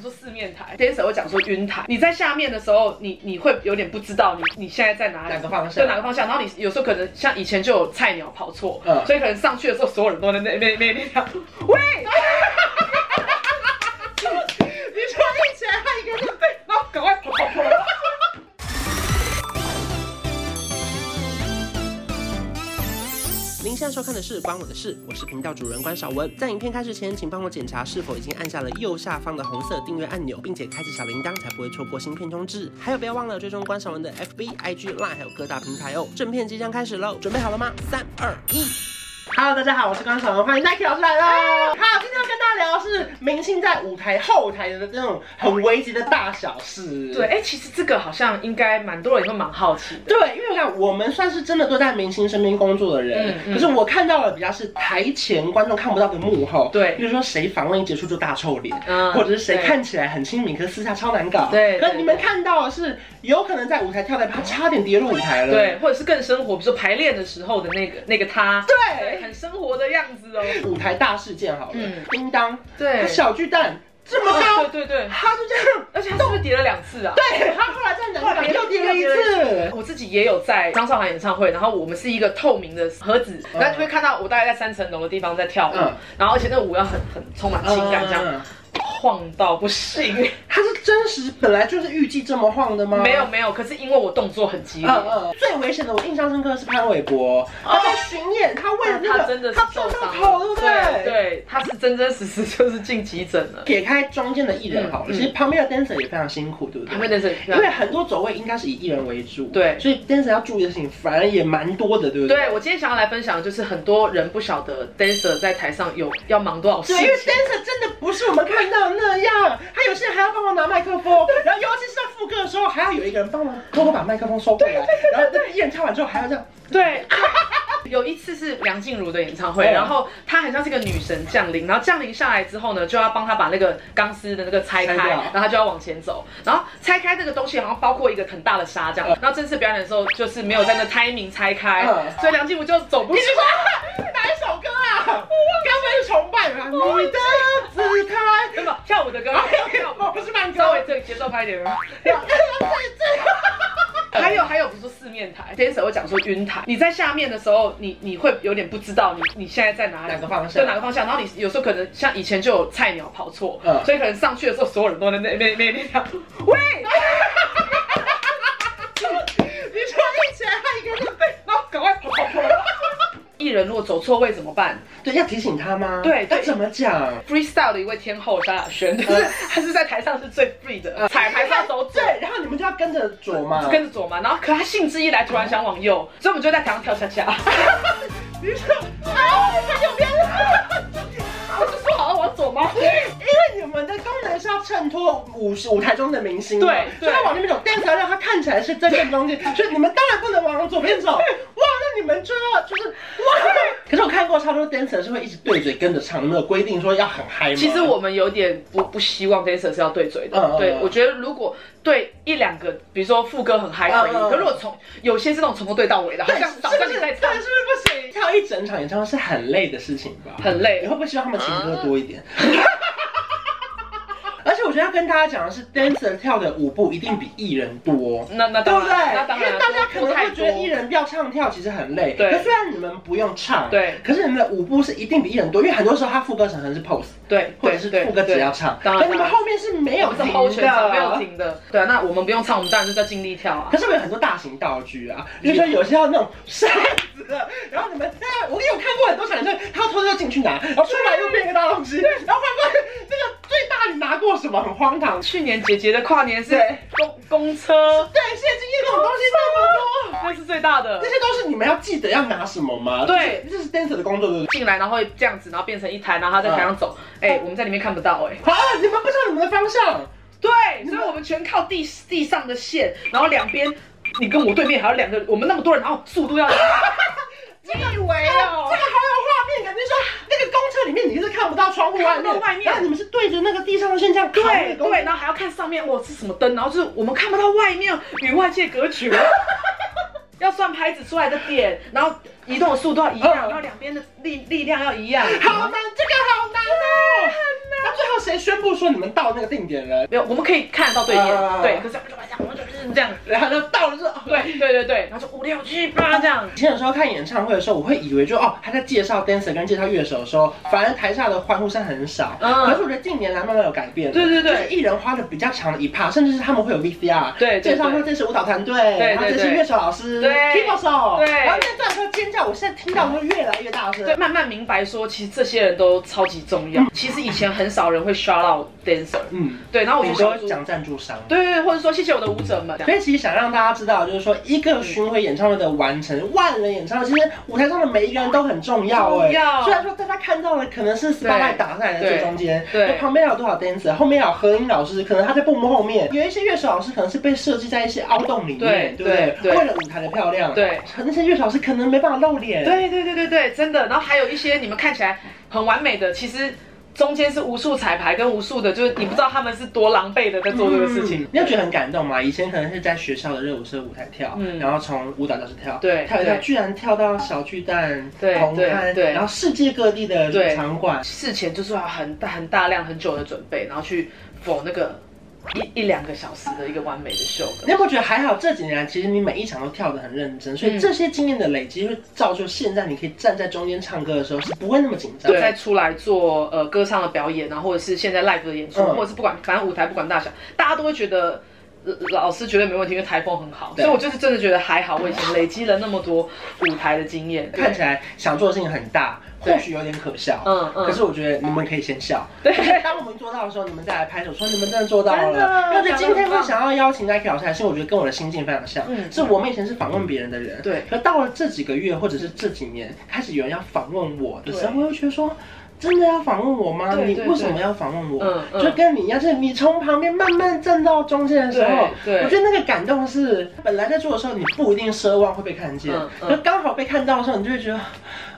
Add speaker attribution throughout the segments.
Speaker 1: 说四面台，天使会讲说晕台。你在下面的时候，你你会有点不知道你你现在在哪里，
Speaker 2: 哪个方向
Speaker 1: 对哪个方向。然后你有时候可能像以前就有菜鸟跑错，
Speaker 2: 嗯
Speaker 1: 所以可能上去的时候所有人都在那那那那条，喂， 你就一起来，他一个人对，然后赶快跑跑跑。
Speaker 3: 您现在收看的是《关我的事》，我是频道主人关少文。在影片开始前，请帮我检查是否已经按下了右下方的红色订阅按钮，并且开启小铃铛，才不会错过新片通知。还有，不要忘了追踪关少文的 FB、IG、Line，还有各大平台哦。正片即将开始喽，准备好了吗？三、二、一。Hello，大家好，我是关少文，欢迎 Nike 老师来喽。好，今天要跟大家聊的是明星在舞台后台的那种很危急的大小事。
Speaker 1: 对，哎、其实这个好像应该蛮多人会蛮好奇的。
Speaker 3: 对，因为我看我们算是真的都在明星身边工作的人，
Speaker 1: 嗯嗯
Speaker 3: 可是我看到了比较是台前观众看不到的幕后，
Speaker 1: 对
Speaker 3: 比如说谁访问一结束就大臭脸。
Speaker 1: 嗯
Speaker 3: 或者是谁
Speaker 1: 对
Speaker 3: 看起来很亲民，可是私下超难搞。
Speaker 1: 对
Speaker 3: 可
Speaker 1: 对
Speaker 3: 是你们看到的是有可能在舞台跳台，他差点跌入舞台了。
Speaker 1: 对，或者是更生活，比如说排练的时候的那个那个他，
Speaker 3: 对
Speaker 1: 很生活的样子哦。
Speaker 3: 舞台大事件好了，
Speaker 1: 嗯
Speaker 3: 叮当，
Speaker 1: 对
Speaker 3: 他小巨蛋这么
Speaker 1: 啊
Speaker 3: 高，
Speaker 1: 对对对，
Speaker 3: 他就这样，
Speaker 1: 而且他是不是叠了两次啊？
Speaker 3: 对他后来在南港又跌了一次。
Speaker 1: 我自己也有在张韶涵演唱会，然后我们是一个透明的盒子，
Speaker 3: 嗯
Speaker 1: 然后就会看到我大概在三层楼的地方在跳舞
Speaker 3: 嗯，
Speaker 1: 然后而且那个舞要很很充满情感，这样
Speaker 3: 嗯，
Speaker 1: 晃到不行。
Speaker 3: 他是真实本来就是预计这么晃的吗？
Speaker 1: 没有没有，可是因为我动作很激烈，
Speaker 3: 嗯嗯，最危险的我印象深刻的是潘玮柏，他在巡演，他为了那个
Speaker 1: 哦他真的是
Speaker 3: 他
Speaker 1: 受
Speaker 3: 撞到
Speaker 1: 伤
Speaker 3: 头，对
Speaker 1: 了，
Speaker 3: 不嗯对？。
Speaker 1: 对，他是真真实实就是进急诊了。
Speaker 3: 撇开中间的艺人好了，
Speaker 1: 嗯嗯
Speaker 3: 其实旁边的 dancer 也非常辛苦，对不对？啊
Speaker 1: 旁边的是，
Speaker 3: 因为很多走位应该是以艺人为主，
Speaker 1: 对
Speaker 3: 所以 dancer 要注意的事情反而也蛮多的，对不对？
Speaker 1: 对我今天想要来分享，的就是很多人不晓得 dancer 在台上有要忙多少事
Speaker 3: 对，因为
Speaker 1: 情。
Speaker 3: dancer 真的不是我们看到的那样，他有些人还要帮忙拿麦克风，然后尤其是在副歌的时候，还要有一个人帮忙偷偷把麦克风收回来，然后那个艺人唱完之后还要这样，
Speaker 1: 对， 有一次是梁静茹的演唱会，
Speaker 3: 嗯
Speaker 1: 然后她很像是个女神降临，然后降临下来之后呢，就要帮她把那个钢丝的那个拆开，
Speaker 3: 拆掉
Speaker 1: 然后她就要往前走，然后拆开这个东西好像包括一个很大的沙这样，然后正式表演的时候就是没有在那 timing 拆开，
Speaker 3: 嗯
Speaker 1: 所以梁静茹就走不出
Speaker 3: 你。是说哪一首歌啊？刚才是崇拜 吧？你的姿态。
Speaker 1: 根本跳舞的歌，
Speaker 3: 哎
Speaker 1: 跳舞
Speaker 3: 哦我不是慢
Speaker 1: 稍
Speaker 3: 歌，
Speaker 1: 微这个节奏快一点。
Speaker 3: 这
Speaker 1: 还有还有，比如说四面台，天手会讲说晕台。你在下面的时候，你你会有点不知道你你现在在哪里，
Speaker 3: 哪个方向
Speaker 1: 对哪个方向。然后你有时候可能像以前就有菜鸟跑错，
Speaker 3: 嗯
Speaker 1: 所以可能上去的时候，所有人都在那那那那条，喂，你就一起来，他一个人背，然后赶快跑 跑跑。艺人如果走错位怎么办？
Speaker 3: 对，要提醒他吗？
Speaker 1: 对对
Speaker 3: 要怎么讲？
Speaker 1: freestyle 的一位天后萧亚轩，就是 她是在台上是最 free 的，彩排上走左，
Speaker 3: 对，然后你们就要跟着左嘛。
Speaker 1: 跟着左嘛，然后可她兴致一来，突然想往右，所以我们就在台上跳恰恰。嗯
Speaker 3: 你说啊，我在右边了。
Speaker 1: 我就说好了往左吗？
Speaker 3: 因为你们的功能是要衬托舞舞台中的明星嘛，
Speaker 1: 对对
Speaker 3: 所以要往那边走，但是要让他看起来是在正中间，所以你们当然不能往左边走。哇，那你们就要就是哇。可是我看过超多 dancer 是会一直对嘴跟着唱，有没有规定说要很嗨吗？
Speaker 1: 其实我们有点不不希望 dancer 是要对嘴的，
Speaker 3: 嗯嗯
Speaker 1: 对
Speaker 3: 嗯
Speaker 1: 我觉得如果对一两个，比如说副歌很嗨可以，
Speaker 3: 嗯嗯嗯
Speaker 1: 可如果从有些是那种从头对到尾的，好
Speaker 3: 对
Speaker 1: 像
Speaker 3: 是
Speaker 1: 早
Speaker 3: 不是
Speaker 1: 上你在唱
Speaker 3: 对，是不是不行？跳一整场演唱会是很累的事情吧？
Speaker 1: 很累
Speaker 3: 你会不会希望他们情歌多一点？ 而且我觉得要跟大家讲的是，dancer 跳的舞步一定比艺人多。
Speaker 1: 那那
Speaker 3: 对
Speaker 1: 当
Speaker 3: 不对？
Speaker 1: 然，那当然，啊
Speaker 3: 因为大家可能
Speaker 1: 多太
Speaker 3: 会
Speaker 1: 多
Speaker 3: 觉得艺人要唱跳其实很累，
Speaker 1: 对
Speaker 3: 可虽然你们不用唱，
Speaker 1: 对
Speaker 3: 可是你们的舞步是一定比艺人多，因为很多时候他副歌可能是 pose，
Speaker 1: 对，
Speaker 3: 或者是
Speaker 1: 对
Speaker 3: 副歌只要
Speaker 1: 对
Speaker 3: 唱，
Speaker 1: 当
Speaker 3: 可
Speaker 1: 然
Speaker 3: 你们后面是没有
Speaker 1: 我们是
Speaker 3: 停
Speaker 1: hold 全场
Speaker 3: 的，啊
Speaker 1: 没有停的，对啊，那我们不用唱，我们当然就是要尽力跳啊
Speaker 3: 可。是我有很多大型道具啊，比如说有些要那种扇子的，然后你们在，我有看过很多场，就是他偷偷进去拿，然后出来又变一个大东西，然后反过来那个最大你拿过什么？很荒唐。
Speaker 1: 去年姐姐的跨年是
Speaker 3: 对
Speaker 1: 公公车，
Speaker 3: 对，现在经验这种东西这么多，
Speaker 1: 那是最大的
Speaker 3: 那。些都是你们要记得要拿什么吗？
Speaker 1: 对
Speaker 3: 这是这是 dancer 的工作，对不对？
Speaker 1: 进来，然后会这样子，然后变成一台，然后他在台上走。哎、
Speaker 3: 嗯
Speaker 1: 我们在里面看不到、哎。
Speaker 3: 好，你们不知道你们的方向，
Speaker 1: 对，所以我们全靠地地上的线，然后两边，你跟我对面还有两个，我们那么多人，然后速度要，你以为
Speaker 3: 这个好有画面感，就是说那个公车里面你是看不到窗户外
Speaker 1: 看不到
Speaker 3: 面，
Speaker 1: 外面
Speaker 3: 然后你们是对着那个地上的线这样扛那
Speaker 1: 对
Speaker 3: 个公车
Speaker 1: 对，然后还要看上面，哇是什么灯，然后就是我们看不到外面与外界隔 绝。要算拍子出来的点，然后移动的 速度要一样，
Speaker 3: 嗯
Speaker 1: 然后两边的力力量要一样。
Speaker 3: 好难，这个好难哦。然后最后谁宣布说你们到那个定点了？
Speaker 1: 没有，我们可以看得到对面，
Speaker 3: 啊
Speaker 1: 对，可是我们就把这样，我们就是这样，
Speaker 3: 然后就到了之后，
Speaker 1: 对对对对，然后就五六七八这样
Speaker 3: 以，前有时候看演唱会的时候，我会以为就哦，他在介绍 dancer 跟介绍乐手的时候，反而台下的欢呼声很少。
Speaker 1: 嗯
Speaker 3: 可是我觉得近年来慢慢有改变了。
Speaker 1: 对对对
Speaker 3: 就是艺人花的比较长的一 part，甚至是他们会有 VCR，
Speaker 1: 对对对
Speaker 3: 介绍说这是舞蹈团队，
Speaker 1: 对
Speaker 3: 然后这
Speaker 1: 对
Speaker 3: 是乐手老师，
Speaker 1: 对
Speaker 3: 踢爆手，
Speaker 1: 对
Speaker 3: 然后那段时候尖叫，我现在听到都越来越大声。
Speaker 1: 对，慢慢明白说，其实这些人都超级重要。其实以前很少人会 shout out dancer，
Speaker 3: 嗯，
Speaker 1: 对，然后我
Speaker 3: 你
Speaker 1: 们
Speaker 3: 都
Speaker 1: 小
Speaker 3: 会
Speaker 1: 组，
Speaker 3: 讲赞助商。
Speaker 1: 对对对，或者说谢谢我的舞者们，这
Speaker 3: 所
Speaker 1: 样
Speaker 3: 以其实想让大家知道，就是说一个巡回演唱会的完成，万人演唱会，其实舞台上的每一个人都很重要哎、
Speaker 1: 重要
Speaker 3: 虽然说大家看到了可能是 spotlight 打上来的最中间，
Speaker 1: 对对
Speaker 3: 那旁边还有多少 dancer，后面还有合音老师，可能他在布幕后面，有一些乐手老师可能是被设计在一些凹洞里面，
Speaker 1: 对
Speaker 3: 对不对？
Speaker 1: 对对
Speaker 3: 为了舞台的漂亮，，
Speaker 1: 对。
Speaker 3: 那些乐手老师可能没办法露脸，，
Speaker 1: 对对对对对，真的。然后还有一些你们看起来很完美的，其实中间是无数彩排跟无数的，就是你不知道他们是多狼狈的在做这个事情。
Speaker 3: 你有觉得很感动吗？以前可能是在学校的热舞社舞台跳，
Speaker 1: 嗯
Speaker 3: 然后从舞蹈教室跳，
Speaker 1: 对
Speaker 3: 跳一跳，
Speaker 1: 对
Speaker 3: 居然跳到小巨蛋、
Speaker 1: 对
Speaker 3: 红
Speaker 1: 对
Speaker 3: 磡，
Speaker 1: 对
Speaker 3: 然后世界各地的
Speaker 1: 对
Speaker 3: 场馆，
Speaker 1: 事前就是要很大很大量很久的准备，然后去否那个一一两个小时的一个完美的秀。
Speaker 3: 你有没有觉得还好？这几年来，其实你每一场都跳得很认真，所以
Speaker 1: 嗯
Speaker 3: 这些经验的累积会造就现在你可以站在中间唱歌的时候是不会那么紧张。
Speaker 1: 对，再出来做呃歌唱的表演，然后或者是现在 live 的演出，
Speaker 3: 嗯
Speaker 1: 或者是不管反正舞台不管大小，大家都会觉得。呃老师绝对没问题，因为台风很好，
Speaker 3: 对
Speaker 1: 所以我就是真的觉得还好。我以前累积了那么多舞台的经验，
Speaker 3: 看起来想做的事情很大，
Speaker 1: 对
Speaker 3: 或许有点可笑。
Speaker 1: 嗯嗯
Speaker 3: 可是我觉得你们可以先笑。
Speaker 1: 对
Speaker 3: 当我们做到的时候，你们再来拍手说你们真的做到
Speaker 1: 真的
Speaker 3: 了。那在今
Speaker 1: 讲得
Speaker 3: 天
Speaker 1: 很
Speaker 3: 会
Speaker 1: 棒
Speaker 3: 想要邀请 Nike 老师，还是我觉得跟我的心境非常像。
Speaker 1: 嗯
Speaker 3: 是我们以前是访问别人的人，
Speaker 1: 对
Speaker 3: 可到了这几个月或者是这几年，开始有人要访问我的时候，
Speaker 1: 对
Speaker 3: 我就觉得说。真的要访问我吗？
Speaker 1: 对
Speaker 3: 你
Speaker 1: 对
Speaker 3: 为什么要访问我？
Speaker 1: 嗯嗯
Speaker 3: 就跟你一样，是你从旁边慢慢站到中间的时候，
Speaker 1: 对对
Speaker 3: 我觉得那个感动是本来在做的时候，你不一定奢望会被看见，
Speaker 1: 嗯嗯
Speaker 3: 可刚好被看到的时候，你就会觉得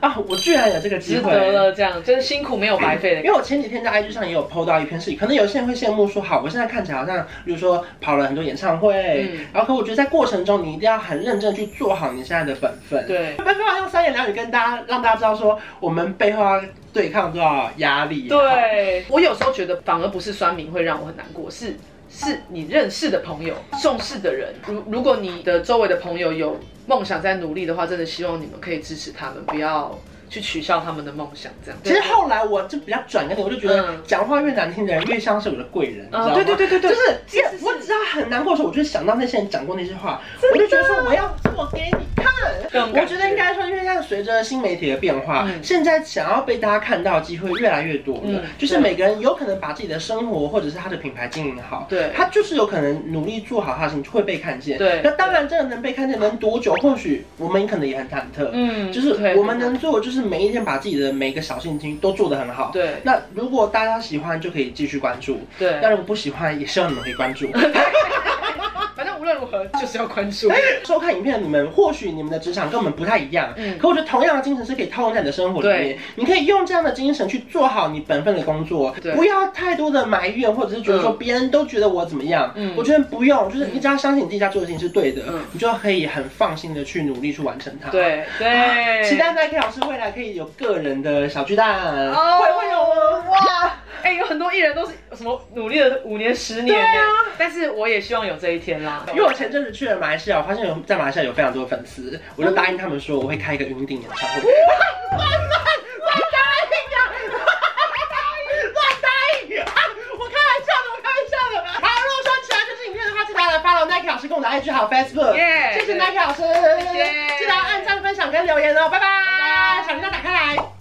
Speaker 3: 啊，我居然有这个机
Speaker 1: 值
Speaker 3: 会。
Speaker 1: 得了，这样就是辛苦没有白费的
Speaker 3: 因为我前几天在 IG 上也有 PO 到一篇事情，可能有些人会羡慕说，好，我现在看起来好像，比如说跑了很多演唱会，
Speaker 1: 嗯
Speaker 3: 然后可我觉得在过程中，你一定要很认真去做好你现在的本分。，
Speaker 1: 对
Speaker 3: 没办法用三言两语跟大家让大家知道说，我们背后要对抗多少压力。，
Speaker 1: 对，我有时候觉得反而不是酸民会让我很难过，是是你认识的朋友、重视的人。如如果你的周围的朋友有梦想在努力的话，真的希望你们可以支持他们，不要去取笑他们的梦想。这样，
Speaker 3: 其实后来我就比较转个点，我就觉得
Speaker 1: 嗯
Speaker 3: 讲话越难听的人越像是我的贵人，你知道
Speaker 1: 嗯，
Speaker 3: 吗？
Speaker 1: 对对对对对，
Speaker 3: 就是
Speaker 1: 其实
Speaker 3: 我只要很难过的时候，我就想到那些人讲过那些话，我就觉得说我要做给你看。
Speaker 1: 这种感
Speaker 3: 我觉得应该说，因为现在随着新媒体的变化，
Speaker 1: 嗯
Speaker 3: 现在想要被大家看到的机会越来越多了。
Speaker 1: 嗯
Speaker 3: 就是每个人有可能把自己的生活或者是他的品牌经营好，
Speaker 1: 对
Speaker 3: 他就是有可能努力做好他的事情会被看见。
Speaker 1: 对
Speaker 3: 那当然真的能被看见能多久，或许我们可能也很忐忑。
Speaker 1: 嗯
Speaker 3: 就是
Speaker 1: 对
Speaker 3: 我们能做，就是每一天把自己的每一个小心情都做得很好。
Speaker 1: 对
Speaker 3: 那如果大家喜欢，就可以继续关注。
Speaker 1: 对
Speaker 3: 那如果不喜欢，也希望你们可以关 注。
Speaker 1: 反正无论如何就是要关注。
Speaker 3: 收看影片的你们，或许你们的职场跟我们不太一样，
Speaker 1: 嗯
Speaker 3: 可我觉得同样的精神是可以套用在你的生活里面
Speaker 1: 对。
Speaker 3: 你可以用这样的精神去做好你本分的工作
Speaker 1: 对，
Speaker 3: 不要太多的埋怨，或者是觉得说
Speaker 1: 嗯
Speaker 3: 别人都觉得我怎么样。
Speaker 1: 嗯
Speaker 3: 我觉得不用，就是你只要相信你自己在做的事情是对的，
Speaker 1: 嗯
Speaker 3: 你就可以很放心的去努力去完成它。。
Speaker 1: 对对，
Speaker 3: 期待 Nike 老师未来可以有个人的小巨蛋，
Speaker 1: 哦
Speaker 3: 会会有哦哇！
Speaker 1: 哎、有很多艺人都是什么努力了五年、十年、
Speaker 3: 对啊
Speaker 1: 但是我也希望有这一天啦。
Speaker 3: 因为我前阵子去了马来西亚，我发现有在马来西亚有非常多的粉丝，我就答应他们说我会开一个云顶演唱会。我答应呀！我答应！啊，我开玩笑的，我开玩笑的。好，如果说喜欢这支影片的话，记得来 follow Nike 老师跟我的 IG 还有 Facebook。
Speaker 1: Yeah，
Speaker 3: 谢
Speaker 1: 对
Speaker 3: 谢 Nike 老师，
Speaker 1: 谢
Speaker 3: 记得按赞、分享跟留言哦，拜拜！小铃铛打开来。